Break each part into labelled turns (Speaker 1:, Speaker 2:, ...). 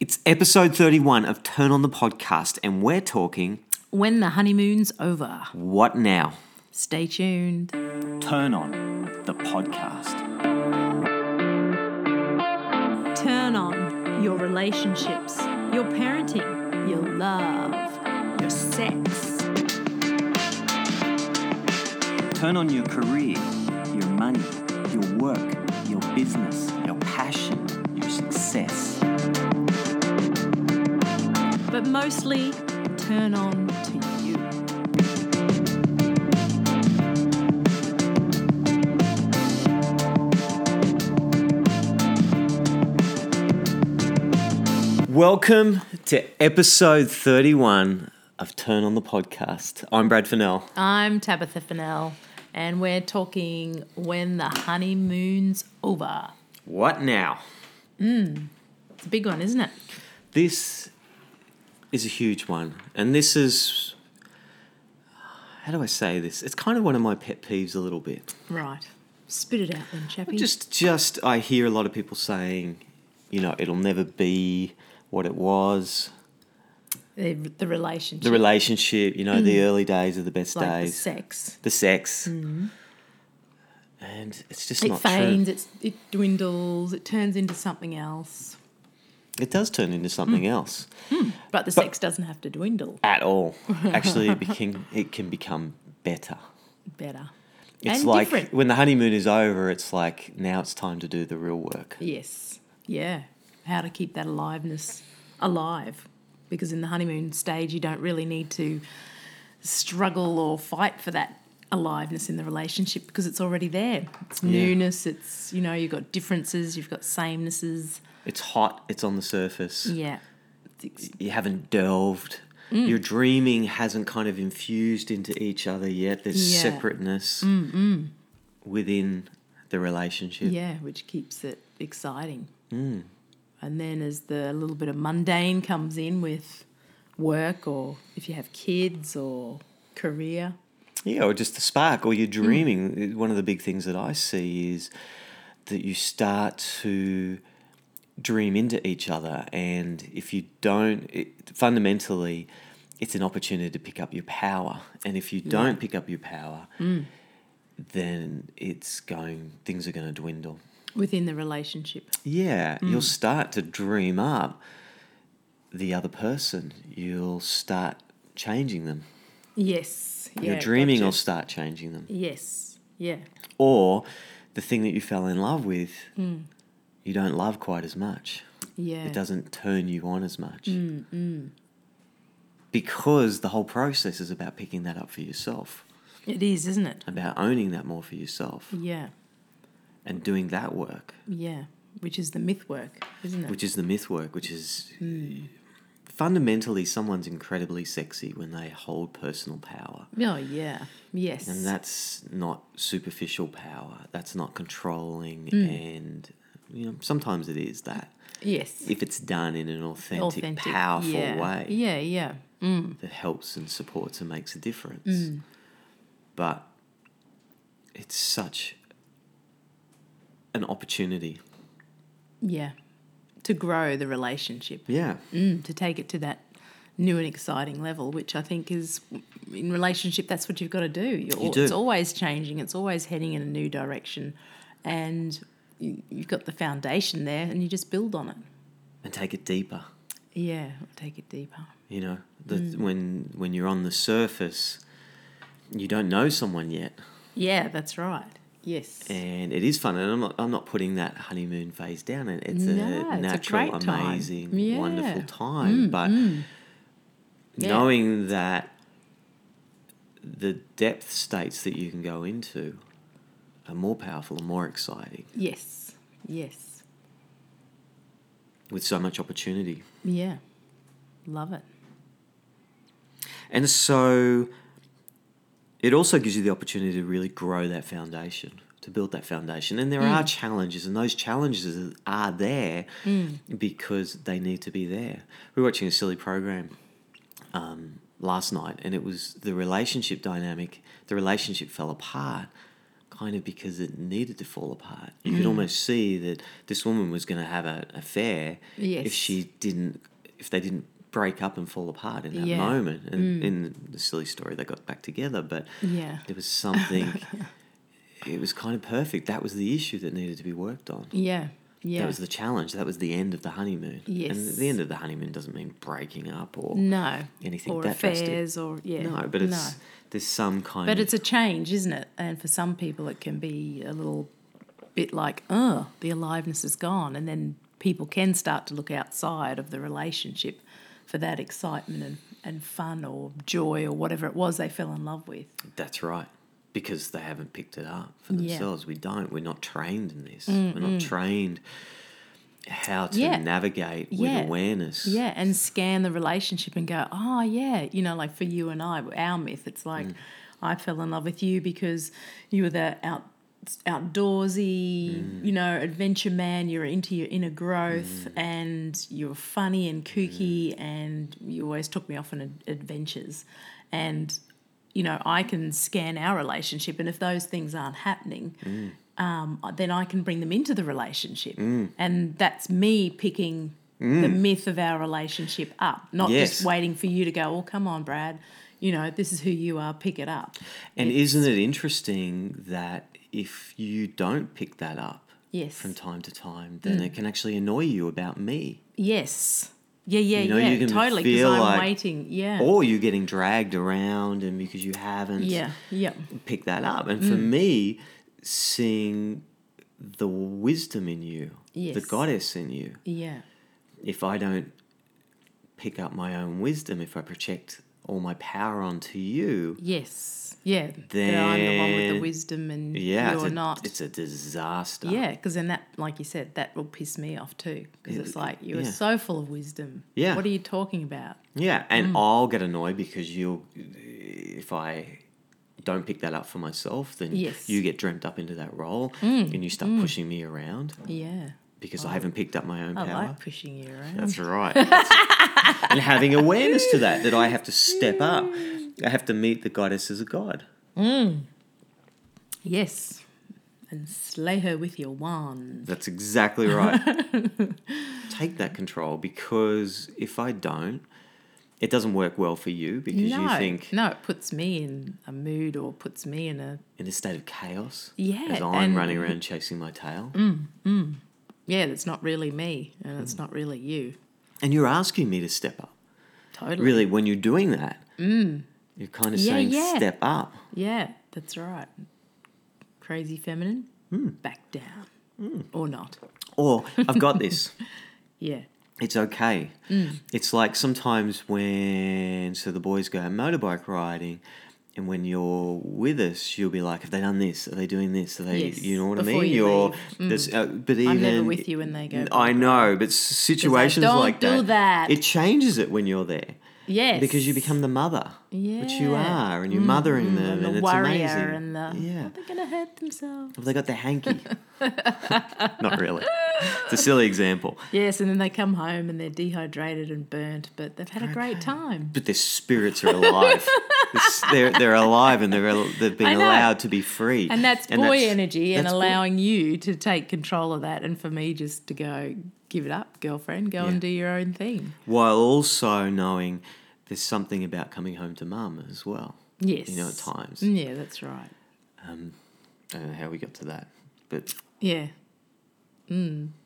Speaker 1: It's episode 31 of Turn On the Podcast, and we're talking
Speaker 2: When the honeymoon's over.
Speaker 1: what now?
Speaker 2: Stay tuned.
Speaker 1: Turn On the Podcast.
Speaker 2: Turn on your relationships, your parenting, your love, your sex.
Speaker 1: Turn on your career, your money, your work, your business, your passion, your success.
Speaker 2: But mostly, turn on to you.
Speaker 1: Welcome to episode 31 of Turn On the Podcast. I'm Brad Fennell.
Speaker 2: I'm Tabitha Fennell, and we're talking when the honeymoon's over.
Speaker 1: What now?
Speaker 2: It's a big one, isn't it?
Speaker 1: This is a huge one, and this is. How do I say this? It's kind of one of my pet peeves a little bit.
Speaker 2: Right. Spit it out then, chappy.
Speaker 1: Just, just I hear a lot of people saying, you know, it'll never be what it was.
Speaker 2: the, the relationship.
Speaker 1: The relationship, you know, the early days are the best
Speaker 2: Mm. like the
Speaker 1: days.
Speaker 2: sex. Mm-hmm.
Speaker 1: The sex, and it's just
Speaker 2: It
Speaker 1: not
Speaker 2: fades,
Speaker 1: true.
Speaker 2: it's, it dwindles, it turns into something else.
Speaker 1: It does turn
Speaker 2: Mm.
Speaker 1: into something else
Speaker 2: But the sex doesn't have to dwindle.
Speaker 1: at all. Actually, it became, it can become better.
Speaker 2: Better.
Speaker 1: It's
Speaker 2: and
Speaker 1: like
Speaker 2: different.
Speaker 1: when the honeymoon is over, it's like now it's time to do the real work.
Speaker 2: Yes. Yeah. How to keep that aliveness alive. Because in the honeymoon stage, you don't really need to struggle or fight for that aliveness in the relationship because it's already there. It's newness, it's, you know, you've got differences, you've got samenesses.
Speaker 1: It's hot. It's on the surface.
Speaker 2: Yeah. It's ex-
Speaker 1: you haven't delved.
Speaker 2: Mm.
Speaker 1: Your dreaming hasn't kind of infused into each other yet. There's
Speaker 2: Yeah. Mm,
Speaker 1: separateness within the relationship.
Speaker 2: Yeah, which keeps it exciting. Mm. And then as the little bit of mundane comes in with work or if you have kids or career.
Speaker 1: Yeah, or just the spark, or your
Speaker 2: Mm.
Speaker 1: dreaming. One of the big things that I see is that you start to dream into each other, and if you don't, it, fundamentally, it's an opportunity to pick up your power. And if you don't pick up your power,
Speaker 2: Mm.
Speaker 1: then it's going. Things are going to dwindle.
Speaker 2: Within the relationship.
Speaker 1: Yeah, you'll
Speaker 2: Mm.
Speaker 1: start to dream up the other person. You'll start changing them.
Speaker 2: Yes.
Speaker 1: Your
Speaker 2: yeah,
Speaker 1: dreaming will
Speaker 2: gotcha.
Speaker 1: start changing them.
Speaker 2: Yes. Yeah.
Speaker 1: Or the thing that you fell in love with, you don't love quite as much.
Speaker 2: Mm. Yeah. Mm,
Speaker 1: It doesn't turn you on as much. Because the whole process is about picking that up for yourself,
Speaker 2: It is, isn't it?
Speaker 1: about owning that more for yourself
Speaker 2: Yeah.
Speaker 1: and doing that work.
Speaker 2: Yeah. Which is the myth work, isn't it?
Speaker 1: which is the myth work, which is
Speaker 2: Hmm.
Speaker 1: fundamentally someone's incredibly sexy when they hold personal power.
Speaker 2: oh yeah. Yes.
Speaker 1: And that's not superficial power. That's not controlling
Speaker 2: Hmm.
Speaker 1: and you know sometimes it is that
Speaker 2: yes.
Speaker 1: if it's done in an authentic,
Speaker 2: Authentic.
Speaker 1: powerful
Speaker 2: yeah.
Speaker 1: way
Speaker 2: Yeah. Yeah. Hmm.
Speaker 1: that helps and supports and makes a difference. But it's such an opportunity.
Speaker 2: Yeah. To grow the relationship.
Speaker 1: Yeah.
Speaker 2: Mm, to take it to that new and exciting level, which I think is in relationship. That's what you've got to do. You're,
Speaker 1: You
Speaker 2: al-
Speaker 1: do.
Speaker 2: It's always changing. It's always heading in a new direction, and you, you've got the foundation there, and you just build on it.
Speaker 1: And take it deeper.
Speaker 2: Yeah. Take it deeper.
Speaker 1: You know, the,
Speaker 2: Mm.
Speaker 1: when when you're on the surface, you don't know someone yet,
Speaker 2: Yeah, that's right. Yes.
Speaker 1: and it is fun. And I'm not I'm not putting that honeymoon phase down. It, it's
Speaker 2: No,
Speaker 1: a
Speaker 2: it's a
Speaker 1: natural,
Speaker 2: great time.
Speaker 1: amazing,
Speaker 2: Yeah. Mm,
Speaker 1: wonderful time. but
Speaker 2: Yeah.
Speaker 1: knowing that the depth states that you can go into are more powerful and more exciting,
Speaker 2: Yes. Yes.
Speaker 1: with so much opportunity.
Speaker 2: Yeah. Love it.
Speaker 1: And so it also gives you the opportunity to really grow that foundation, to build that foundation. And there are challenges, and those challenges are there because they need to be there. We were watching a silly program um, last night, and it was the relationship dynamic, the relationship fell apart kind of because it needed to fall apart. You could almost see that this woman was going to have an affair
Speaker 2: Yes.
Speaker 1: if she didn't, if they didn't break up and fall apart in that
Speaker 2: Yeah. Mm.
Speaker 1: moment. And in the silly story, they got back together, but
Speaker 2: Yeah.
Speaker 1: there was something. it was kind of perfect. That was the issue that needed to be worked on.
Speaker 2: Yeah. Yeah.
Speaker 1: That was the challenge. That was the end of the honeymoon. And
Speaker 2: Yes.
Speaker 1: the end of the honeymoon doesn't mean breaking up or
Speaker 2: no.
Speaker 1: anything
Speaker 2: or
Speaker 1: that drastic.
Speaker 2: affairs or yeah.
Speaker 1: no, but it's there's some kind.
Speaker 2: But
Speaker 1: of,
Speaker 2: it's a change, isn't it? And for some people, it can be a little bit like, oh, the aliveness is gone. And then people can start to look outside of the relationship for that excitement and, and fun or joy or whatever it was they fell in love with.
Speaker 1: That's right. Because they haven't picked it up for
Speaker 2: Yeah. Mm,
Speaker 1: themselves. We don't. We're not trained in this. We're not trained how to
Speaker 2: Yeah.
Speaker 1: navigate
Speaker 2: Yeah.
Speaker 1: with awareness.
Speaker 2: Yeah, and scan the relationship and go, oh, yeah, you know, like for you and I, our myth, it's like I fell in love with you because you were the out, outdoorsy, you know, adventure man. You're into your inner growth and you were funny and kooky and you always took me off on ad- adventures. And, you know, I can scan our relationship. And if those things aren't happening,
Speaker 1: Mm.
Speaker 2: um, then I can bring them into the relationship. And that's me picking the myth of our relationship up, not
Speaker 1: Mm. Yes.
Speaker 2: just waiting for you to go, oh, come on, Brad, you know, this is who you are, pick it up.
Speaker 1: And isn't it interesting that if you don't pick that up
Speaker 2: Yes.
Speaker 1: from time to time, then
Speaker 2: Hmm.
Speaker 1: it can actually annoy you about me.
Speaker 2: yes. Yeah, yeah,
Speaker 1: know,
Speaker 2: yeah.
Speaker 1: you can
Speaker 2: totally.
Speaker 1: feel
Speaker 2: Because I'm
Speaker 1: like-
Speaker 2: waiting. Yeah.
Speaker 1: Or you're getting dragged around and because you haven't
Speaker 2: yeah. Hmm. Yeah.
Speaker 1: pick that up. And for me, seeing the wisdom in you, the
Speaker 2: Yes.
Speaker 1: goddess in you,
Speaker 2: Yeah.
Speaker 1: if I don't pick up my own wisdom, if I project all my power onto you,
Speaker 2: Yes. Yeah. That I'm the one with the
Speaker 1: Then-
Speaker 2: wisdom and
Speaker 1: yeah, it's
Speaker 2: you're
Speaker 1: a,
Speaker 2: not.
Speaker 1: it's a disaster.
Speaker 2: Yeah, because then that, like you said, that will piss me off too. Because it's like you are
Speaker 1: yeah.
Speaker 2: so full of wisdom.
Speaker 1: Yeah.
Speaker 2: What are you talking about?
Speaker 1: Yeah,
Speaker 2: Mm.
Speaker 1: and I'll get annoyed because you'll, if I don't pick that up for myself, then
Speaker 2: Yes. Mm,
Speaker 1: you get dreamt up into that role and you start pushing me around
Speaker 2: Yeah.
Speaker 1: because I haven't picked up my own
Speaker 2: I
Speaker 1: power.
Speaker 2: like pushing you around.
Speaker 1: That's right. That's- and having awareness to that, that I have to step up.
Speaker 2: Mm.
Speaker 1: I have to meet the goddess as a god.
Speaker 2: Yes. And slay her with your wand.
Speaker 1: That's exactly right. Take that control because if I don't, it doesn't work well for you because
Speaker 2: no,
Speaker 1: you think
Speaker 2: no, it puts me in a mood or puts me in a
Speaker 1: in a state of chaos
Speaker 2: Yeah,
Speaker 1: as I'm
Speaker 2: and-
Speaker 1: running around chasing my tail.
Speaker 2: yeah. That's not really me, and it's
Speaker 1: Hmm.
Speaker 2: not really you.
Speaker 1: And you're asking me to step up.
Speaker 2: Totally.
Speaker 1: Really, when you're doing that, you're kind of
Speaker 2: Mm. Yeah,
Speaker 1: saying,
Speaker 2: yeah.
Speaker 1: step up.
Speaker 2: Yeah, that's right. Crazy feminine.
Speaker 1: Hmm.
Speaker 2: Back down or not.
Speaker 1: Or, I've got this.
Speaker 2: Yeah.
Speaker 1: it's okay.
Speaker 2: Mm.
Speaker 1: It's like sometimes when so the boys go out motorbike riding, and when you're with us, you'll be like, "Have they done this? Are they doing this? Are they?
Speaker 2: Yes,
Speaker 1: You know what
Speaker 2: before
Speaker 1: I mean?
Speaker 2: you
Speaker 1: are
Speaker 2: leave. Mm.
Speaker 1: uh, but even
Speaker 2: I'm never with you when they go.
Speaker 1: I know, but s- situations
Speaker 2: "Don't
Speaker 1: like
Speaker 2: do
Speaker 1: that,
Speaker 2: that."
Speaker 1: it changes it when you're there
Speaker 2: Yes.
Speaker 1: because you become the mother, which you
Speaker 2: Yeah. Mm,
Speaker 1: are, and you're mothering them, and,
Speaker 2: the
Speaker 1: it's
Speaker 2: warrior
Speaker 1: amazing.
Speaker 2: and the
Speaker 1: yeah,
Speaker 2: are they gonna hurt themselves?
Speaker 1: have they got the hanky? Not really. It's a silly example,
Speaker 2: Yes, and then they come home and they're dehydrated and burnt, but they've had a great time.
Speaker 1: but their spirits are alive. It's- they're they're alive and they're al- they've
Speaker 2: I
Speaker 1: been
Speaker 2: know.
Speaker 1: allowed to be free.
Speaker 2: And that's boy energy and
Speaker 1: that's boy-
Speaker 2: allowing you to take control of that and for me just to go give it up, girlfriend, go and do your own thing.
Speaker 1: while also knowing there's something about coming home to mum as well.
Speaker 2: Yes.
Speaker 1: You know, at times.
Speaker 2: Mm, Yeah, that's right.
Speaker 1: I don't know how we got to that, but
Speaker 2: Yeah. Mm,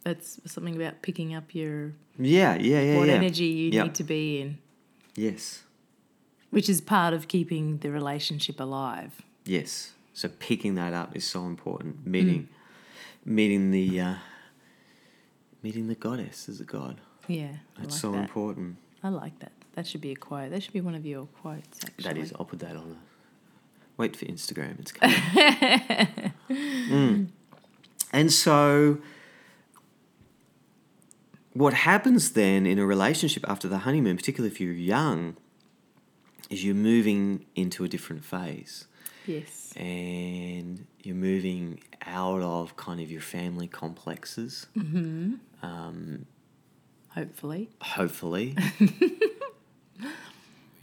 Speaker 2: that's something about picking up your
Speaker 1: yeah, yeah, yeah,
Speaker 2: what
Speaker 1: yeah.
Speaker 2: energy you
Speaker 1: Yeah.
Speaker 2: need to be in,
Speaker 1: Yes,
Speaker 2: which is part of keeping the relationship alive.
Speaker 1: yes. So picking that up is so important.
Speaker 2: Mm.
Speaker 1: Meeting, meeting the, uh, meeting the goddess as a god.
Speaker 2: Yeah. I
Speaker 1: That's
Speaker 2: like
Speaker 1: so
Speaker 2: that.
Speaker 1: important.
Speaker 2: I like that. That should be a quote. That should be one of your quotes actually.
Speaker 1: That is. I'll put that on. The, wait for Instagram. It's coming. Mm. And so, what happens then in a relationship after the honeymoon, particularly if you're young, is you're moving into a different phase,
Speaker 2: Yes.
Speaker 1: and you're moving out of kind of your family complexes.
Speaker 2: Hopefully.
Speaker 1: hopefully.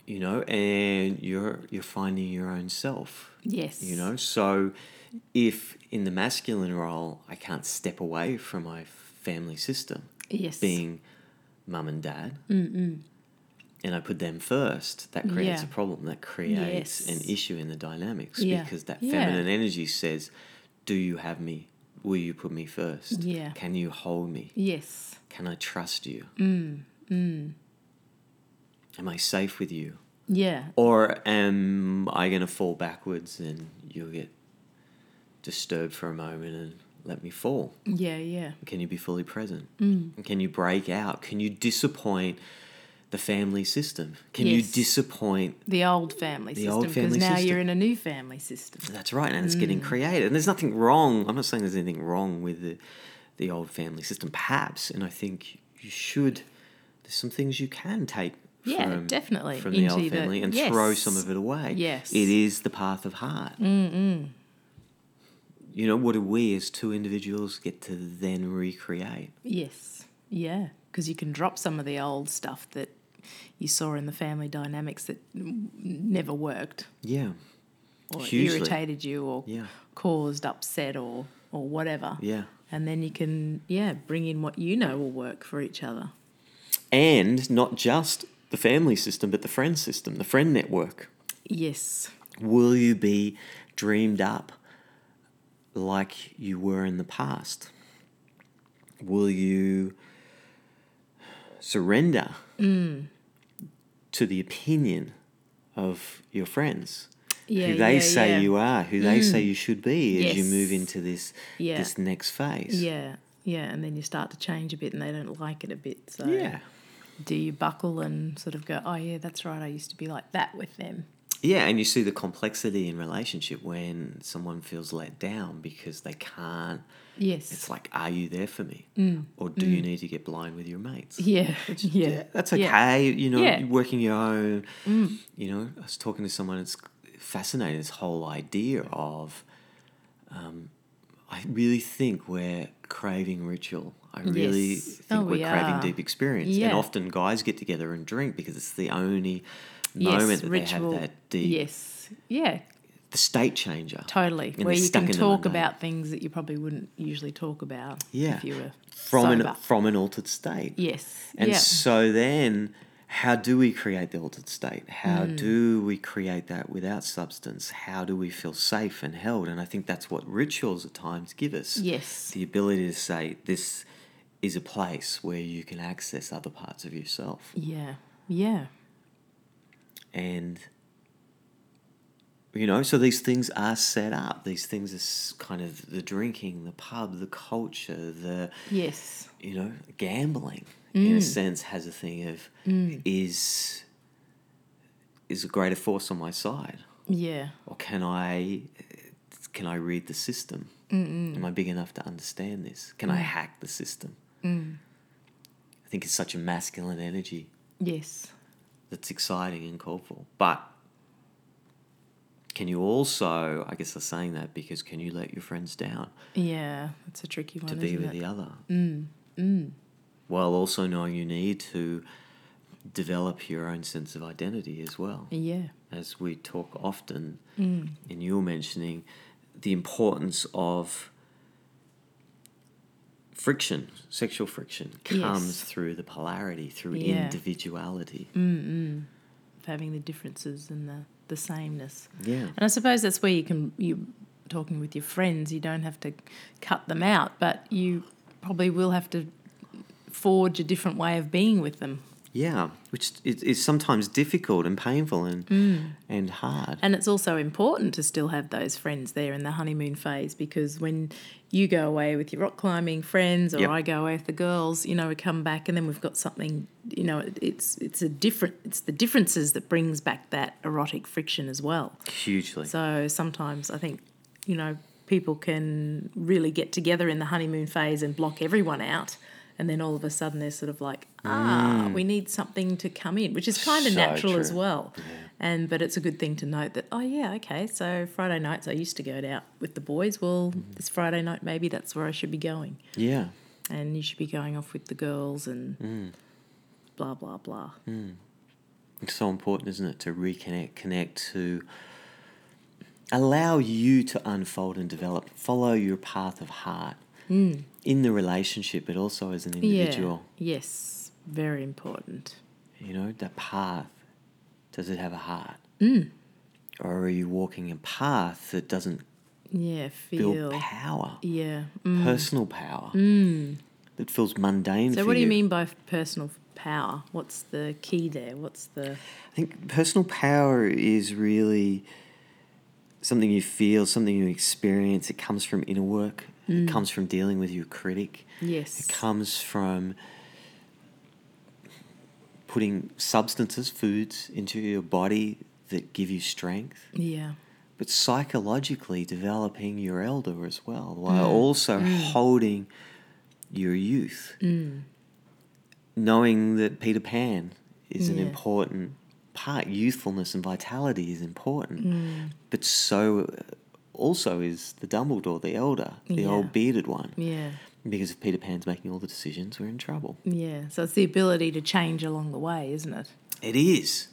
Speaker 1: you know, and you're you're finding your own self.
Speaker 2: Yes.
Speaker 1: You know, so if in the masculine role I can't step away from my family system,
Speaker 2: Yes.
Speaker 1: being mum and dad,
Speaker 2: Mm.
Speaker 1: Mm-mm. and I put them first, that creates
Speaker 2: Yeah.
Speaker 1: a problem. That creates
Speaker 2: Yes.
Speaker 1: an issue in the dynamics
Speaker 2: Yeah.
Speaker 1: because that
Speaker 2: Yeah.
Speaker 1: feminine energy says, Do you have me? Will you put me first?
Speaker 2: Yeah.
Speaker 1: Can you hold me?
Speaker 2: Yes.
Speaker 1: Can I trust you?
Speaker 2: Mm.
Speaker 1: Am I safe with you?
Speaker 2: Yeah.
Speaker 1: Or am I going to fall backwards and you'll get disturbed for a moment and let me fall?
Speaker 2: Yeah. Yeah.
Speaker 1: Can you be fully present? Mm. Can you break out? Can you disappoint the family system? Can
Speaker 2: Yes.
Speaker 1: you disappoint?
Speaker 2: The old family
Speaker 1: The
Speaker 2: system.
Speaker 1: old family
Speaker 2: because now
Speaker 1: system.
Speaker 2: you're in a new family system.
Speaker 1: That's right, and it's getting
Speaker 2: Mm.
Speaker 1: created. And there's nothing wrong. I'm not saying there's anything wrong with the, the old family system, perhaps. And I think you should. There's some things you can take.
Speaker 2: Yeah,
Speaker 1: from,
Speaker 2: definitely,
Speaker 1: From the old
Speaker 2: into the-
Speaker 1: family and throw some
Speaker 2: yes.
Speaker 1: of it away.
Speaker 2: Yes.
Speaker 1: It is the path of heart. Mm-mm. You know, what do we as two individuals get to then recreate?
Speaker 2: Yes. Yeah. Because you can drop some of the old stuff that you saw in the family dynamics that n- never worked
Speaker 1: Yeah.
Speaker 2: or
Speaker 1: Hugely.
Speaker 2: irritated you or
Speaker 1: Yeah.
Speaker 2: caused upset or, or whatever.
Speaker 1: Yeah.
Speaker 2: And then you can, yeah, bring in what you know will work for each other.
Speaker 1: and not just the family system, but the friend system, the friend network.
Speaker 2: Yes.
Speaker 1: Will you be dreamed up like you were in the past? Will you surrender
Speaker 2: Mm.
Speaker 1: to the opinion of your friends?
Speaker 2: Yeah,
Speaker 1: who they
Speaker 2: yeah,
Speaker 1: say
Speaker 2: yeah. Mm.
Speaker 1: you are, who they say you should be as you
Speaker 2: Yes.
Speaker 1: move into this
Speaker 2: Yeah.
Speaker 1: this next phase.
Speaker 2: Yeah. Yeah. And then you start to change a bit and they don't like it a bit. So
Speaker 1: Yeah.
Speaker 2: do you buckle and sort of go, oh, yeah, that's right. I used to be like that with them.
Speaker 1: Yeah, and you see the complexity in relationship when someone feels let down because they can't.
Speaker 2: Yes.
Speaker 1: It's like, are you there for me, or do you need to get blind with your mates?
Speaker 2: Mm, yeah. Yeah.
Speaker 1: Yeah, that's okay.
Speaker 2: Yeah.
Speaker 1: You know,
Speaker 2: Yeah. Mm.
Speaker 1: working your own. You know, I was talking to someone. It's fascinating this whole idea of. Um, I really think we're craving ritual. I really
Speaker 2: Yes.
Speaker 1: think
Speaker 2: Oh,
Speaker 1: we're
Speaker 2: we
Speaker 1: craving
Speaker 2: are.
Speaker 1: deep experience, and
Speaker 2: Yeah.
Speaker 1: often guys get together and drink because it's the only
Speaker 2: Yes,
Speaker 1: moment that
Speaker 2: ritual.
Speaker 1: they have that deep
Speaker 2: Yes. Yeah,
Speaker 1: the state changer.
Speaker 2: totally.
Speaker 1: And
Speaker 2: Where
Speaker 1: they're
Speaker 2: you
Speaker 1: stuck
Speaker 2: can
Speaker 1: in the
Speaker 2: talk
Speaker 1: mundane.
Speaker 2: about things that you probably wouldn't usually talk about
Speaker 1: Yeah.
Speaker 2: if you were
Speaker 1: from
Speaker 2: sober.
Speaker 1: an from an altered state.
Speaker 2: yes.
Speaker 1: And
Speaker 2: yeah.
Speaker 1: so then how do we create the altered state? How
Speaker 2: Mm.
Speaker 1: do we create that without substance? How do we feel safe and held? And I think that's what rituals at times give us.
Speaker 2: yes.
Speaker 1: The ability to say this is a place where you can access other parts of yourself.
Speaker 2: Yeah. Yeah.
Speaker 1: And you know, so these things are set up. These things are s- kind of the drinking, the pub, the culture, the
Speaker 2: Yes.
Speaker 1: you know, gambling in a sense has a thing of is is a greater force on my side,
Speaker 2: Yeah.
Speaker 1: or can I can I read the system? Am I big enough to understand this? Can I hack the system? I think it's such a masculine energy
Speaker 2: Yes.
Speaker 1: that's exciting and called for, but. Can you also, I guess I'm saying that because can you let your friends down?
Speaker 2: Yeah. That's a tricky one.
Speaker 1: to be
Speaker 2: isn't
Speaker 1: with
Speaker 2: it?
Speaker 1: the other. Mm. Mm. While also knowing you need to develop your own sense of identity as well.
Speaker 2: Yeah.
Speaker 1: As we talk often,
Speaker 2: Mm.
Speaker 1: and you were mentioning the importance of friction, sexual friction comes
Speaker 2: Yes.
Speaker 1: through the polarity, through
Speaker 2: Yeah. Mm.
Speaker 1: individuality.
Speaker 2: Of having the differences and the, the sameness.
Speaker 1: Yeah.
Speaker 2: And I suppose that's where you can you talking with your friends, you don't have to cut them out, but you probably will have to forge a different way of being with them.
Speaker 1: Yeah, which is, is sometimes difficult and painful and
Speaker 2: Mm.
Speaker 1: and hard.
Speaker 2: And it's also important to still have those friends there in the honeymoon phase because when you go away with your rock climbing friends or
Speaker 1: Yep.
Speaker 2: I go away with the girls, you know, we come back and then we've got something, you know, it- it's it's a different it's the differences that brings back that erotic friction as well.
Speaker 1: Hugely.
Speaker 2: So sometimes I think, you know, people can really get together in the honeymoon phase and block everyone out. And then all of a sudden they're sort of like, ah, we need something to come in, which is kind of
Speaker 1: Mm. So
Speaker 2: natural as
Speaker 1: true.
Speaker 2: well. And but it's a good thing to note that, oh yeah, okay, so Friday nights I used to go out with the boys. Well,
Speaker 1: Mm-hmm.
Speaker 2: this Friday night maybe that's where I should be going.
Speaker 1: yeah.
Speaker 2: And you should be going off with the girls and
Speaker 1: Mm.
Speaker 2: blah blah blah.
Speaker 1: It's so important, isn't it, to reconnect, connect to allow you to unfold and develop. Follow your path of heart in the relationship, but also as an individual.
Speaker 2: Mm. Yeah. Yes. Very important.
Speaker 1: You know, that path, does it have a heart?
Speaker 2: Mm.
Speaker 1: Or are you walking a path that doesn't
Speaker 2: Yeah.
Speaker 1: build
Speaker 2: Feel.
Speaker 1: power,
Speaker 2: Yeah. Mm.
Speaker 1: personal power, that feels mundane
Speaker 2: So,
Speaker 1: for
Speaker 2: what do you mean by personal power? What's the key there? What's the
Speaker 1: I think personal power is really something you feel, something you experience. It comes from inner work, it comes from dealing with your critic.
Speaker 2: yes?
Speaker 1: It comes from putting substances, foods into your body that give you strength,
Speaker 2: Yeah.
Speaker 1: but psychologically developing your elder as well, while
Speaker 2: Mm.
Speaker 1: also holding your youth.
Speaker 2: Mm.
Speaker 1: Knowing that Peter Pan is an
Speaker 2: Yeah.
Speaker 1: important part, youthfulness and vitality is important,
Speaker 2: Mm.
Speaker 1: but so also is the Dumbledore, the elder, the
Speaker 2: Yeah.
Speaker 1: old bearded one.
Speaker 2: Yeah.
Speaker 1: Because if Peter Pan's making all the decisions, we're in trouble.
Speaker 2: Yeah. So it's the ability to change along the way, isn't it?
Speaker 1: It is.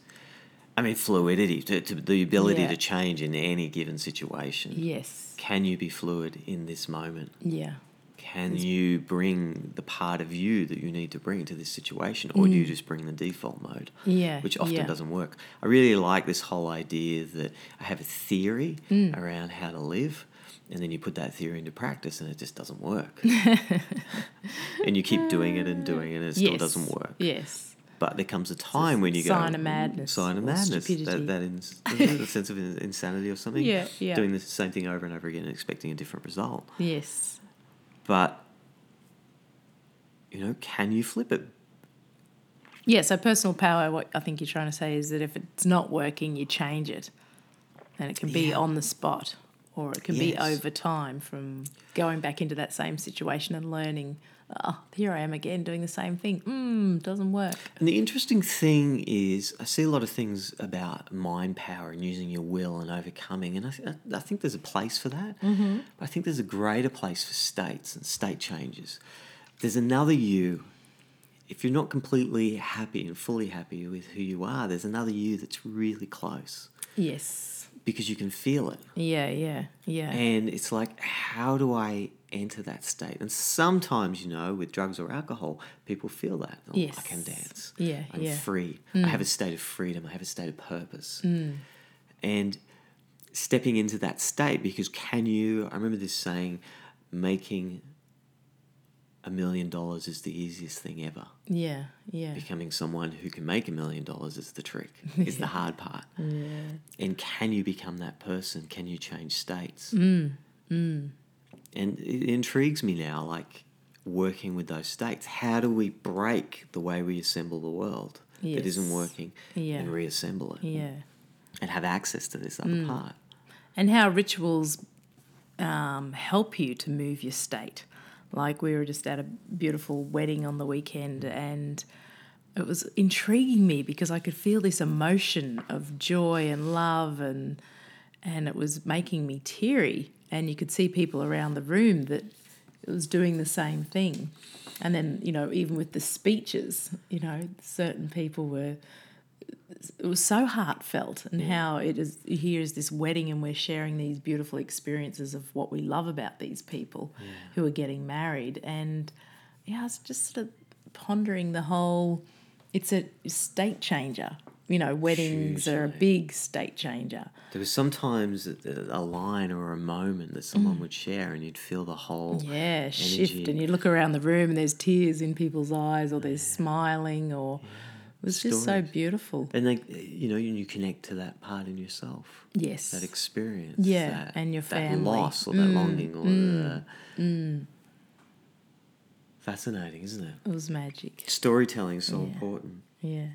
Speaker 1: I mean, fluidity, to, to the ability
Speaker 2: Yeah.
Speaker 1: to change in any given situation.
Speaker 2: Yes.
Speaker 1: Can you be fluid in this moment?
Speaker 2: Yeah.
Speaker 1: Can you bring the part of you that you need to bring to this situation, or do you just bring the default mode?
Speaker 2: Mm. Yeah,
Speaker 1: Which often
Speaker 2: yeah.
Speaker 1: doesn't work. I really like this whole idea that I have a theory
Speaker 2: Mm.
Speaker 1: around how to live, and then you put that theory into practice and it just doesn't work. and you keep doing it and doing it, and it still
Speaker 2: yes.
Speaker 1: doesn't work.
Speaker 2: Yes.
Speaker 1: But there comes a time when you go
Speaker 2: sign of madness
Speaker 1: sign of
Speaker 2: or
Speaker 1: madness, that
Speaker 2: stupidity.
Speaker 1: that ins- a sense of in- insanity or something.
Speaker 2: Yeah, yeah.
Speaker 1: Doing the same thing over and over again and expecting a different result.
Speaker 2: Yes.
Speaker 1: But you know, can you flip it?
Speaker 2: Yeah. So personal power. What I think you're trying to say is that if it's not working, you change it, and it can be
Speaker 1: Yeah.
Speaker 2: on the spot, or it can be
Speaker 1: Yes.
Speaker 2: over time from going back into that same situation and learning. Oh, here I am again doing the same thing. Mm, doesn't work.
Speaker 1: And the interesting thing is, I see a lot of things about mind power and using your will and overcoming, and I, th- I think there's a place for that. I think there's a greater place for states and state changes. There's another you. If you're not completely happy and fully happy with who you are, there's another you that's really close
Speaker 2: Yes.
Speaker 1: because you can feel it.
Speaker 2: Yeah. Yeah. Yeah.
Speaker 1: And it's like, how do I enter that state? And sometimes, you know, with drugs or alcohol, people feel that. Oh, I can
Speaker 2: Yes.
Speaker 1: dance.
Speaker 2: Yeah,
Speaker 1: I'm
Speaker 2: yeah. Mm.
Speaker 1: free. I have a state of freedom. I have a state of purpose. And stepping into that state, because can you, I remember this saying, making a million dollars is the easiest thing ever.
Speaker 2: Yeah. Yeah.
Speaker 1: Becoming someone who can make a million dollars is the trick, is the hard part. And can you become that person? Can you change states?
Speaker 2: Mm,
Speaker 1: and it intrigues me now like working with those states how do we break the way we assemble the world that isn't
Speaker 2: Yes.
Speaker 1: working
Speaker 2: Yeah.
Speaker 1: and reassemble it
Speaker 2: Yeah. Mm.
Speaker 1: and have access to this other part
Speaker 2: and how rituals um, help you to move your state. Like we were just at a beautiful wedding on the weekend, and it was intriguing me because I could feel this emotion of joy and love, and and it was making me teary. And you could see people around the room that it was doing the same thing. And then you know, even with the speeches, you know, certain people were it was so heartfelt and how it is here is this wedding and we're sharing these beautiful experiences of what we love about these people who are getting married and yeah I was just sort of pondering the whole it's a state changer you know weddings are a big state changer
Speaker 1: there was sometimes a, a line or a moment that someone would share and you'd feel the whole
Speaker 2: Mm. yeah shift
Speaker 1: energy.
Speaker 2: and you look around the room and there's tears in people's eyes or there's smiling or it was just so beautiful
Speaker 1: and like you know you, you connect to that part in yourself
Speaker 2: yes
Speaker 1: that experience
Speaker 2: Yeah,
Speaker 1: that,
Speaker 2: and your
Speaker 1: that
Speaker 2: family. Mm,
Speaker 1: loss or that longing or the fascinating isn't it
Speaker 2: it was magic
Speaker 1: storytelling is so important
Speaker 2: Yeah.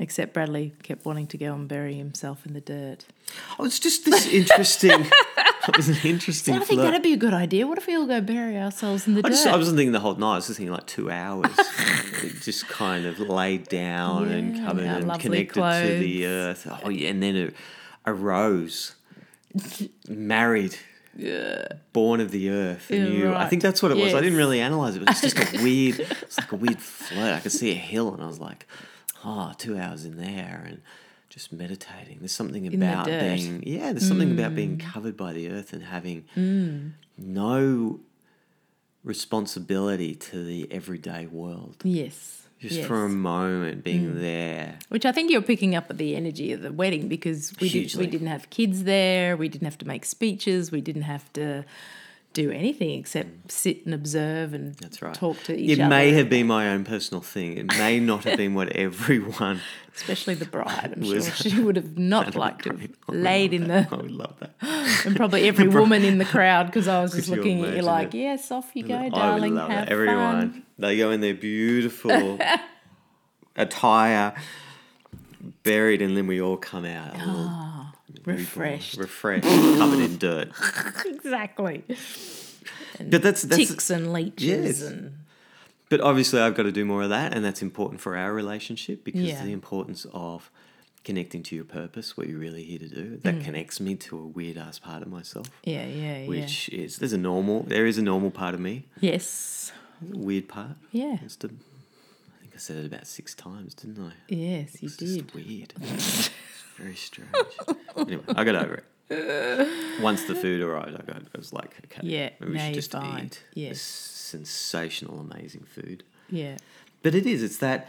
Speaker 2: Except Bradley kept wanting to go and bury himself in the dirt.
Speaker 1: Oh, it's just this interesting. it was an interesting.
Speaker 2: I think
Speaker 1: flirt.
Speaker 2: that'd be a good idea. What if we all go bury ourselves in the
Speaker 1: I
Speaker 2: dirt?
Speaker 1: just I wasn't thinking the whole night. I was just thinking like two hours, It just kind of laid down and
Speaker 2: Yeah,
Speaker 1: covered
Speaker 2: our
Speaker 1: and
Speaker 2: lovely
Speaker 1: connected to the earth. Oh yeah, and then a, a rose, married, born of the earth, and
Speaker 2: Yeah,
Speaker 1: you. I
Speaker 2: right.
Speaker 1: think that's what it was. I didn't
Speaker 2: Yes.
Speaker 1: really analyze it, but it's just a weird. It's like a weird flirt. I could see a hill, and I was like, oh, two hours in there, and just meditating. There's something
Speaker 2: In the
Speaker 1: about
Speaker 2: dirt. Mm.
Speaker 1: being yeah. There's something about being covered by the earth and having no responsibility to the everyday world.
Speaker 2: Yes.
Speaker 1: Just
Speaker 2: yes. Mm.
Speaker 1: for a moment, being there.
Speaker 2: Which I think you're picking up at the energy of the wedding because we, did, we
Speaker 1: Hugely.
Speaker 2: didn't have kids there, we didn't have to make speeches, we didn't have to do anything except sit and observe and
Speaker 1: That's right.
Speaker 2: talk to each
Speaker 1: It
Speaker 2: other.
Speaker 1: may have been my own personal thing. It may not have been what everyone.
Speaker 2: Especially the bride, I'm sure
Speaker 1: Was-
Speaker 2: she would have not liked to have laid in the
Speaker 1: I would love that.
Speaker 2: and probably every woman in the crowd because I was just
Speaker 1: Could you
Speaker 2: looking at you
Speaker 1: imagine
Speaker 2: like,
Speaker 1: it?
Speaker 2: yes, off you go,
Speaker 1: I would
Speaker 2: darling,
Speaker 1: Oh, love
Speaker 2: have
Speaker 1: that. Everyone,
Speaker 2: fun.
Speaker 1: they go in their beautiful attire, buried, and then we all come out a little
Speaker 2: Ah, Refreshed,
Speaker 1: refreshed, covered in dirt.
Speaker 2: exactly.
Speaker 1: But that's that's.
Speaker 2: Ticks and leeches
Speaker 1: Yes.
Speaker 2: and
Speaker 1: But obviously, I've got to do more of that, and that's important for our relationship because
Speaker 2: Yeah.
Speaker 1: the importance of connecting to your purpose, what you're really here to do, that connects me to a weird ass part of myself,
Speaker 2: yeah, Mm. yeah, yeah.
Speaker 1: which is there's a normal, there is a normal part of me,
Speaker 2: yes,
Speaker 1: a weird part.
Speaker 2: yeah,
Speaker 1: It's the, I think I said it about six times, didn't I?
Speaker 2: yes, you
Speaker 1: It's just
Speaker 2: did.
Speaker 1: weird. It's very strange. anyway, I got over it. Once the food arrived, I got. I was like, okay,
Speaker 2: Yeah,
Speaker 1: maybe we
Speaker 2: now
Speaker 1: should
Speaker 2: you're
Speaker 1: just
Speaker 2: fine.
Speaker 1: eat
Speaker 2: Yeah.
Speaker 1: this sensational, amazing food.
Speaker 2: Yeah,
Speaker 1: But it is. It's that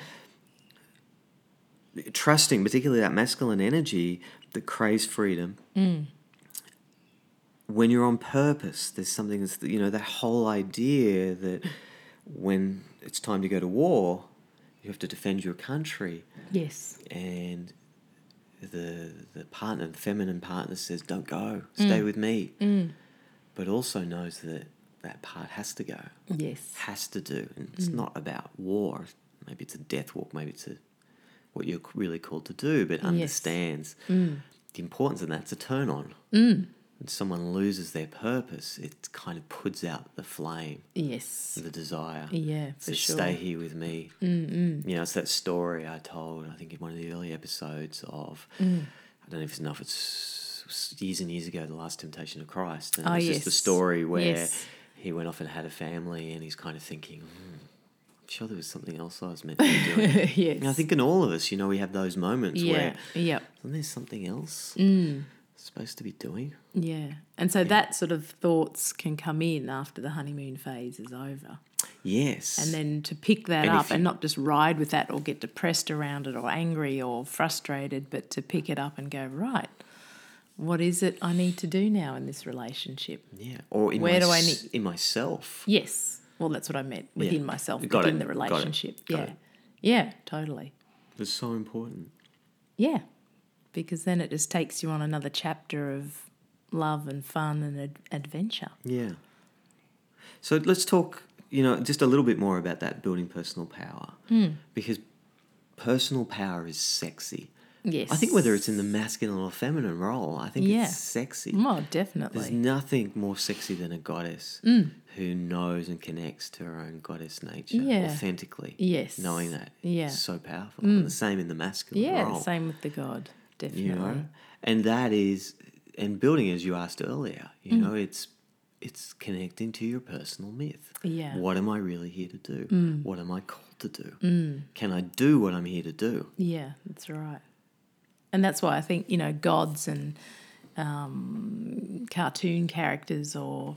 Speaker 1: trusting, particularly that masculine energy that craves freedom.
Speaker 2: Mm.
Speaker 1: When you're on purpose, there's something that's you know that whole idea that when it's time to go to war, you have to defend your country
Speaker 2: yes,
Speaker 1: and the the partner, the feminine partner, says, "Don't go, stay with me," but also knows that that part has to go,
Speaker 2: yes,
Speaker 1: has to do, and it's not about war. Maybe it's a death walk. Maybe it's a what you're really called to do, but understands the importance of that. It's a turn on. When someone loses their purpose, it kind of puts out the flame,
Speaker 2: yes,
Speaker 1: the desire
Speaker 2: yeah, for
Speaker 1: says,
Speaker 2: sure.
Speaker 1: stay here with me. mm You know, it's that story I told, I think, in one of the early episodes of,
Speaker 2: Mm.
Speaker 1: I don't know if it's enough, it's s- years and years ago, The Last Temptation of Christ. And
Speaker 2: Oh,
Speaker 1: it's just the
Speaker 2: yes.
Speaker 1: story where
Speaker 2: Yes.
Speaker 1: he went off and had a family and he's kind of thinking, "Hmm, I'm sure there was something else I was meant to be doing.
Speaker 2: yes,
Speaker 1: and I think in all of us, you know, we have those moments
Speaker 2: yeah, Mm.
Speaker 1: where,
Speaker 2: yeah,
Speaker 1: isn't there something else I'm supposed to be doing?
Speaker 2: yeah. And so that sort of thoughts can come in after the honeymoon phase is over.
Speaker 1: Yes.
Speaker 2: and then to pick that
Speaker 1: And if
Speaker 2: up and not just ride with that or get depressed around it or angry or frustrated, but to pick it up and go, right, what is it I need to do now in this relationship?
Speaker 1: yeah. Or in,
Speaker 2: Where
Speaker 1: my,
Speaker 2: do I
Speaker 1: s- in myself.
Speaker 2: Yes. Well, that's what I meant within
Speaker 1: Yeah.
Speaker 2: myself,
Speaker 1: Got
Speaker 2: within
Speaker 1: it.
Speaker 2: the
Speaker 1: Got it.
Speaker 2: relationship.
Speaker 1: Got
Speaker 2: yeah.
Speaker 1: it.
Speaker 2: Yeah, totally.
Speaker 1: It's so important.
Speaker 2: Yeah. Because then it just takes you on another chapter of love and fun and ad- adventure.
Speaker 1: Yeah. So let's talk, you know, just a little bit more about that building personal power.
Speaker 2: Hmm.
Speaker 1: Because personal power is sexy.
Speaker 2: Yes.
Speaker 1: I think whether it's in the masculine or feminine role, I think
Speaker 2: Yeah.
Speaker 1: it's sexy.
Speaker 2: Oh,
Speaker 1: There's
Speaker 2: definitely.
Speaker 1: nothing more sexy than a goddess
Speaker 2: Hmm.
Speaker 1: who knows and connects to her own goddess nature
Speaker 2: Yeah.
Speaker 1: authentically.
Speaker 2: Yes.
Speaker 1: Knowing that
Speaker 2: Yeah. Hmm.
Speaker 1: is so powerful. And the same in the masculine
Speaker 2: Yeah,
Speaker 1: role.
Speaker 2: same with the God. Definitely.
Speaker 1: you know and that is and building as you asked earlier you
Speaker 2: Mm.
Speaker 1: know it's it's connecting to your personal myth
Speaker 2: Yeah. Mm.
Speaker 1: what am i really here to do what am i called to do can i do what i'm here to do
Speaker 2: Yeah, that's right. And that's why I think, you know, gods and um, cartoon characters or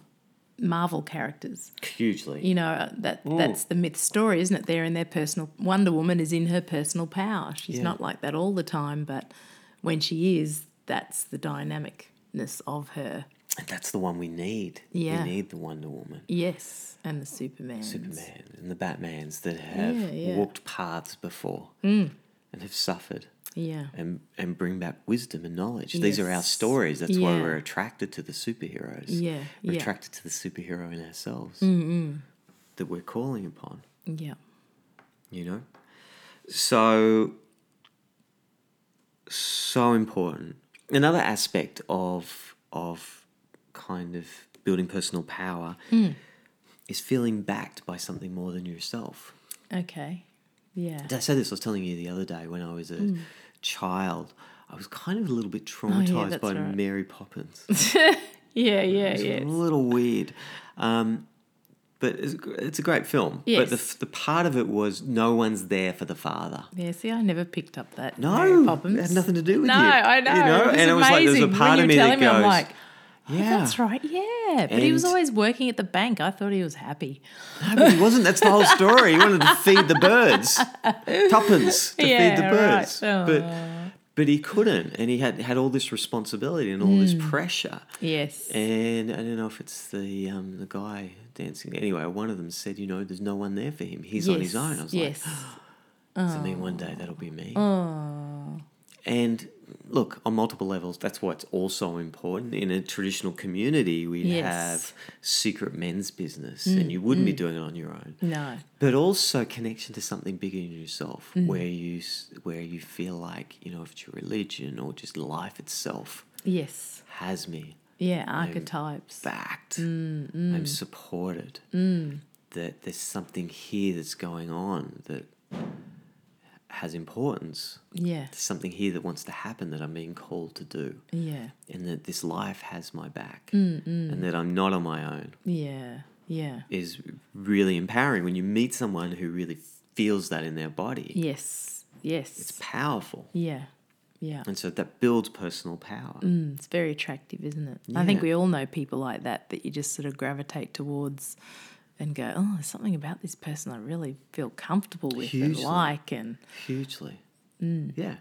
Speaker 2: Marvel characters,
Speaker 1: hugely
Speaker 2: you know, uh, that
Speaker 1: Mm.
Speaker 2: that's the myth story, isn't it? They're in their personal. Wonder Woman is in her personal power. She's
Speaker 1: Yeah.
Speaker 2: not like that all the time, but when she is, that's the dynamicness of her.
Speaker 1: and that's the one we need
Speaker 2: Yeah.
Speaker 1: we need the wonder woman
Speaker 2: Yes, and the Superman.
Speaker 1: superman and the batmans that have
Speaker 2: Yeah, yeah. Mm.
Speaker 1: walked paths before and have suffered
Speaker 2: Yeah.
Speaker 1: and, and bring back wisdom and knowledge. These are our
Speaker 2: Yes.
Speaker 1: stories. That's why
Speaker 2: Yeah.
Speaker 1: we're attracted to the superheroes.
Speaker 2: Yeah,
Speaker 1: We're
Speaker 2: yeah.
Speaker 1: attracted to the superhero in ourselves mm that we're calling upon,
Speaker 2: Yeah.
Speaker 1: you know? So, so important. Another aspect of, of kind of building personal power
Speaker 2: Mm.
Speaker 1: is feeling backed by something more than yourself.
Speaker 2: Okay. Yeah.
Speaker 1: Did I say this? I was telling you the other day when I was a child, I was kind of a little bit
Speaker 2: Mm. Oh, yeah,
Speaker 1: traumatized
Speaker 2: that's
Speaker 1: by
Speaker 2: right.
Speaker 1: Mary Poppins.
Speaker 2: Yeah, yeah,
Speaker 1: It's
Speaker 2: yeah.
Speaker 1: a little weird. Um, But it's, a gr- it's a great film. But the,
Speaker 2: Yes.
Speaker 1: f- the part of it was no one's there for the father.
Speaker 2: Yeah, see, I never picked up that. Mary
Speaker 1: No,
Speaker 2: Poppins.
Speaker 1: it had nothing to do with
Speaker 2: No,
Speaker 1: you.
Speaker 2: I know.
Speaker 1: You know,
Speaker 2: It was
Speaker 1: and it was like there's a
Speaker 2: amazing.
Speaker 1: part
Speaker 2: when
Speaker 1: of
Speaker 2: you
Speaker 1: me
Speaker 2: were
Speaker 1: that
Speaker 2: telling me, I'm
Speaker 1: goes,
Speaker 2: like, "Oh,
Speaker 1: yeah,
Speaker 2: that's right, yeah. But he was
Speaker 1: And-
Speaker 2: always working at the bank. I thought he was happy.
Speaker 1: No, but he wasn't. That's the whole story. He wanted to feed the birds, tuppence to
Speaker 2: Yeah,
Speaker 1: feed the
Speaker 2: right.
Speaker 1: birds, but but he couldn't, and he had had all this responsibility and all
Speaker 2: Mm.
Speaker 1: this pressure.
Speaker 2: Yes.
Speaker 1: And I don't know if it's the um, the guy dancing. Anyway, one of them said, you know, there's no one there for him. He's on his own. I was
Speaker 2: yes. Oh.
Speaker 1: like, to me, one day that'll be me. And look, on multiple levels, that's why it's also important. In a traditional community, we'd
Speaker 2: Yes. Mm,
Speaker 1: have secret men's business, and you wouldn't be doing it on your own
Speaker 2: no.
Speaker 1: but also connection to something bigger in yourself
Speaker 2: Mm.
Speaker 1: where you s- where you feel like you know if it's your religion or just life itself
Speaker 2: Yes.
Speaker 1: has me
Speaker 2: Yeah, archetypes.
Speaker 1: backed
Speaker 2: Mm,
Speaker 1: i'm supported that there's something here that's going on that has importance
Speaker 2: Yeah.
Speaker 1: there's something here that wants to happen that i'm being called to do
Speaker 2: Yeah.
Speaker 1: and that this life has my back
Speaker 2: Mm,
Speaker 1: and that i'm not on my own
Speaker 2: Yeah. Yeah.
Speaker 1: is really empowering when you meet someone who really feels that in their body
Speaker 2: Yes. Yes.
Speaker 1: it's powerful.
Speaker 2: yeah. Yeah.
Speaker 1: And so that builds personal power.
Speaker 2: Mm, it's very attractive, isn't it? I think
Speaker 1: Yeah.
Speaker 2: we all know people like that that you just sort of gravitate towards and go, oh, there's something about this person I really feel comfortable with and
Speaker 1: Hugely.
Speaker 2: like. And
Speaker 1: Hugely.
Speaker 2: Mm.
Speaker 1: Yeah.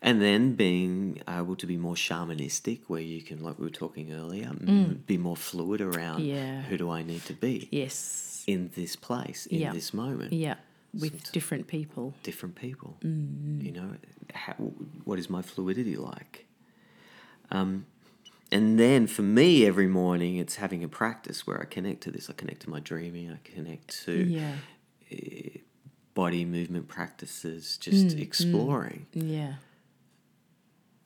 Speaker 1: And then being able to be more shamanistic, where you can, like we were talking earlier, m be more fluid around
Speaker 2: Mm. Yeah.
Speaker 1: who do I need to be
Speaker 2: yes.
Speaker 1: in this place, in
Speaker 2: Yeah.
Speaker 1: this moment,
Speaker 2: Yeah. Mm, With different people.
Speaker 1: different people. You know, how, what is my fluidity like? Um, and then for me, every morning, it's having a practice where I connect to this. I connect to my dreaming, I connect to. eh,
Speaker 2: Yeah.
Speaker 1: body movement practices, just
Speaker 2: Mm,
Speaker 1: exploring,
Speaker 2: Yeah.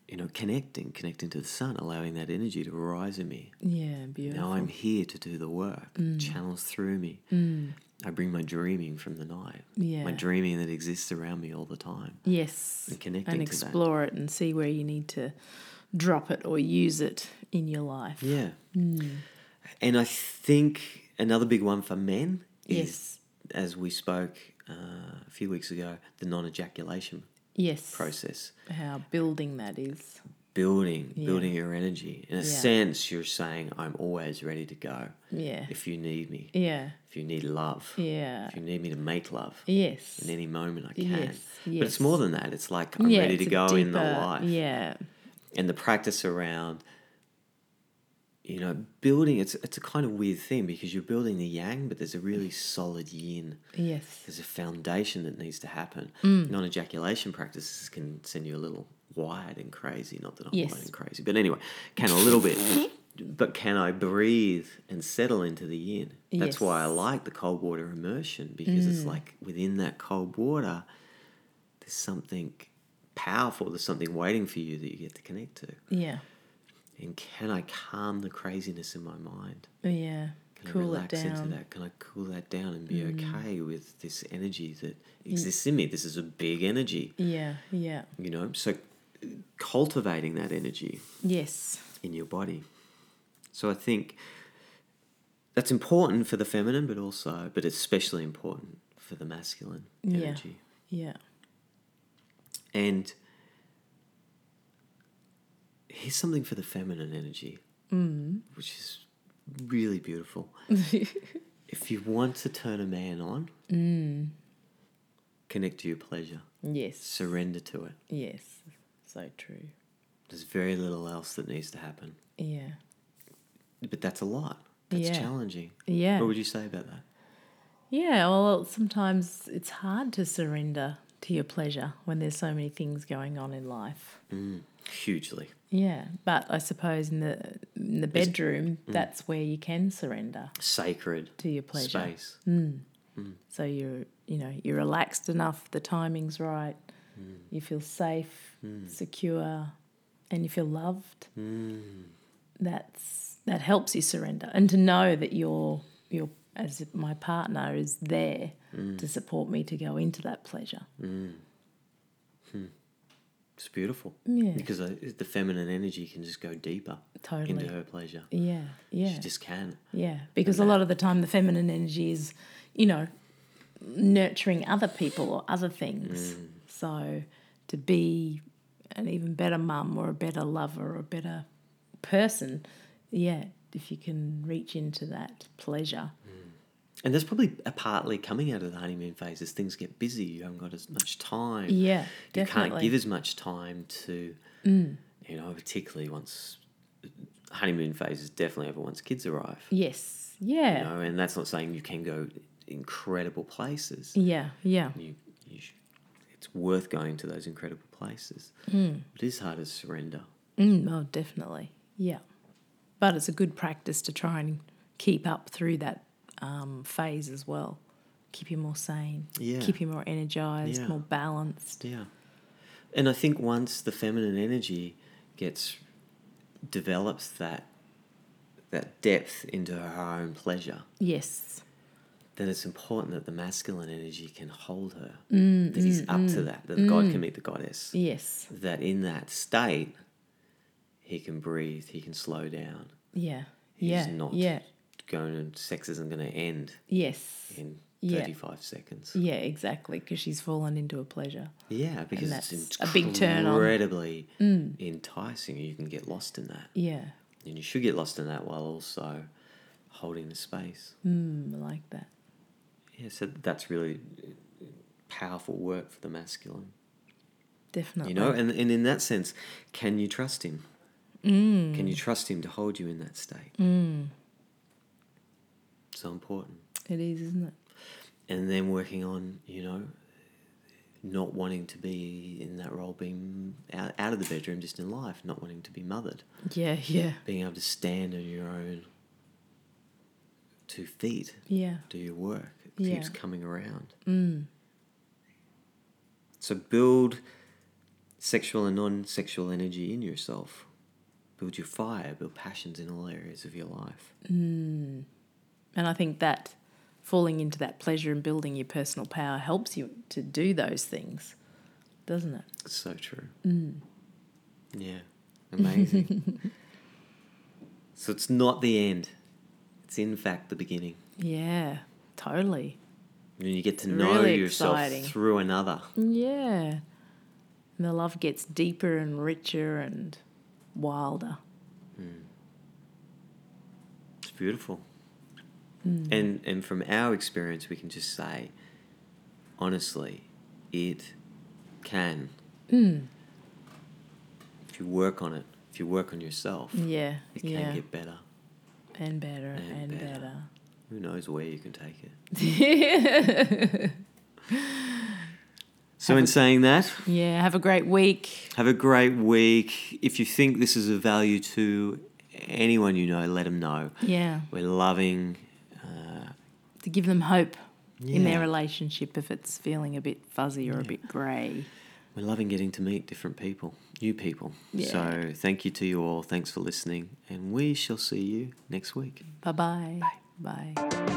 Speaker 1: you know, connecting, connecting to the sun, allowing that energy to rise in me.
Speaker 2: Yeah. Beautiful. Mm.
Speaker 1: Now I'm here to do the work, channels through me. I bring my dreaming from the night,
Speaker 2: Yeah.
Speaker 1: my dreaming that exists around me all the time.
Speaker 2: Yes.
Speaker 1: and connecting
Speaker 2: and
Speaker 1: to that.
Speaker 2: explore it and see where you need to drop it or use it in your life.
Speaker 1: Yeah.
Speaker 2: Mm.
Speaker 1: And I think another big one for men is,
Speaker 2: Yes.
Speaker 1: as we spoke uh, a few weeks ago, the non ejaculation
Speaker 2: Yes.
Speaker 1: process.
Speaker 2: How building that is.
Speaker 1: building building your energy in a
Speaker 2: Yeah.
Speaker 1: sense you're saying i'm always ready to go
Speaker 2: Yeah.
Speaker 1: if you need me
Speaker 2: Yeah.
Speaker 1: if you need love
Speaker 2: Yeah.
Speaker 1: if you need me to make love
Speaker 2: Yes.
Speaker 1: in any moment i can
Speaker 2: Yes,
Speaker 1: but it's
Speaker 2: yes.
Speaker 1: more than that it's like i'm
Speaker 2: yeah,
Speaker 1: ready to
Speaker 2: it's a
Speaker 1: go in the
Speaker 2: deeper-
Speaker 1: life
Speaker 2: Yeah.
Speaker 1: and the practice around you know building it's it's a kind of weird thing because you're building the yang but there's a really solid yin
Speaker 2: Yes.
Speaker 1: there's a foundation that needs to happen.
Speaker 2: Mm.
Speaker 1: Non ejaculation practices can send you a little wired and crazy. Not that I'm
Speaker 2: Yes.
Speaker 1: wired and crazy, but anyway, can a little bit. But can I breathe and settle into the yin? That's why I
Speaker 2: Yes. Mm.
Speaker 1: like the cold water immersion because it's like within that cold water, there's something powerful, there's something waiting for you that you get to connect to.
Speaker 2: Yeah.
Speaker 1: And can I calm the craziness in my mind?
Speaker 2: Yeah.
Speaker 1: Can I
Speaker 2: cool it
Speaker 1: relax into
Speaker 2: down. Mm.
Speaker 1: that? Can I cool that down and be okay with this energy that exists in me? This is a big energy,
Speaker 2: Yeah. Yeah.
Speaker 1: you know? So uh, cultivating that energy
Speaker 2: Yes.
Speaker 1: in your body. So I think that's important for the feminine, but also, but especially important for the masculine
Speaker 2: Yeah.
Speaker 1: energy.
Speaker 2: Yeah.
Speaker 1: And here's something for the feminine energy, mm. which is really beautiful. if you want to turn a man on,
Speaker 2: Mm.
Speaker 1: connect to your pleasure,
Speaker 2: Yes.
Speaker 1: surrender to it.
Speaker 2: Yes. So true.
Speaker 1: There's very little else that needs to happen.
Speaker 2: Yeah.
Speaker 1: But that's a lot. That's
Speaker 2: Yeah.
Speaker 1: challenging.
Speaker 2: Yeah.
Speaker 1: What would you say about that?
Speaker 2: Yeah. Well, sometimes it's hard to surrender to your pleasure when there's so many things going on in life.
Speaker 1: Mm. Hugely.
Speaker 2: Yeah, but I suppose in the in the bedroom, that's where you can surrender
Speaker 1: Sacred
Speaker 2: to your pleasure.
Speaker 1: space.
Speaker 2: Mm. So you're you know you're relaxed enough, the timing's right, you feel safe, secure, and you feel loved. That's that helps you surrender and to know that your your as my partner is there to support me to go into that pleasure.
Speaker 1: It's beautiful.
Speaker 2: Yeah.
Speaker 1: Because I, the feminine energy can just go deeper
Speaker 2: Totally.
Speaker 1: into her pleasure.
Speaker 2: Yeah, yeah.
Speaker 1: She just can.
Speaker 2: Yeah, because a lot of the time the feminine energy is, you know, nurturing other people or other things.
Speaker 1: Mm.
Speaker 2: So to be an even better mum or a better lover or a better person, yeah, if you can reach into that pleasure.
Speaker 1: And that's probably a partly coming out of the honeymoon phase as things get busy. You haven't got as much time.
Speaker 2: Yeah,
Speaker 1: You
Speaker 2: definitely. Mm.
Speaker 1: can't give as much time to, you know, particularly once uh, honeymoon phase is definitely over once kids arrive.
Speaker 2: Yes. Yeah.
Speaker 1: You know, and that's not saying you can go incredible places.
Speaker 2: Yeah. Yeah.
Speaker 1: You, you sh it's worth going to those incredible places. It is hard to surrender.
Speaker 2: Mm, oh, definitely. Yeah. But it's a good practice to try and keep up through that um, phase as well. Keep you more sane.
Speaker 1: Yeah.
Speaker 2: Keep you more energized,
Speaker 1: Yeah.
Speaker 2: more balanced.
Speaker 1: Yeah. And I think once the feminine energy gets develops that that depth into her own pleasure,
Speaker 2: Yes.
Speaker 1: then it's important that the masculine energy can hold her.
Speaker 2: Mm,
Speaker 1: that he's up to that, that God can meet the goddess.
Speaker 2: Yes.
Speaker 1: That in that state he can breathe, he can slow down.
Speaker 2: Yeah.
Speaker 1: He's
Speaker 2: yeah.
Speaker 1: not
Speaker 2: Yeah.
Speaker 1: going to sex isn't gonna end
Speaker 2: Yes.
Speaker 1: in
Speaker 2: Yeah.
Speaker 1: thirty five seconds.
Speaker 2: Yeah, exactly. Because she's fallen into a pleasure.
Speaker 1: Yeah, because it's
Speaker 2: that's a big turn on. Mm.
Speaker 1: incredibly enticing. You can get lost in that,
Speaker 2: Yeah.
Speaker 1: and you should get lost in that while also holding the space.
Speaker 2: Mm, I like that.
Speaker 1: Yeah, so that's really powerful work for the masculine,
Speaker 2: Definitely.
Speaker 1: you know. And and in that sense, can you trust him?
Speaker 2: Mm,
Speaker 1: Can you trust him to hold you in that state? So important.
Speaker 2: it is, isn't it?
Speaker 1: and then working on you know not wanting to be in that role being out, out of the bedroom just in life not wanting to be mothered
Speaker 2: Yeah. Yeah.
Speaker 1: being able to stand on your own two feet
Speaker 2: Yeah. Mm.
Speaker 1: do your work it
Speaker 2: Yeah.
Speaker 1: keeps coming around so build sexual and non-sexual energy in yourself build your fire build passions in all areas of your life
Speaker 2: And I think that falling into that pleasure and building your personal power helps you to do those things, doesn't it?
Speaker 1: So true.
Speaker 2: Mm.
Speaker 1: Yeah, amazing. so it's not the end; it's in fact the beginning.
Speaker 2: Yeah, totally.
Speaker 1: When you get to know
Speaker 2: really
Speaker 1: yourself
Speaker 2: exciting.
Speaker 1: through another,
Speaker 2: Yeah. And the love gets deeper and richer and wilder.
Speaker 1: it's beautiful. And and from our experience, we can just say, honestly, it can. If you work on it, if you work on yourself,
Speaker 2: Yeah,
Speaker 1: it can
Speaker 2: Mm. yeah.
Speaker 1: get better.
Speaker 2: and better and,
Speaker 1: and
Speaker 2: better.
Speaker 1: better. Who knows where you can take it? So, in saying that,
Speaker 2: Yeah, have a great week.
Speaker 1: Have a great week. If you think this is of value to anyone you know, let them know.
Speaker 2: Yeah,
Speaker 1: We're loving. Uh,
Speaker 2: to give them hope
Speaker 1: Yeah.
Speaker 2: in their relationship if it's feeling a bit fuzzy or a bit grey.
Speaker 1: we're loving getting to meet different people, new people. So thank you to you all. Thanks for listening, and we shall see you next week.
Speaker 2: Bye-bye. Bye.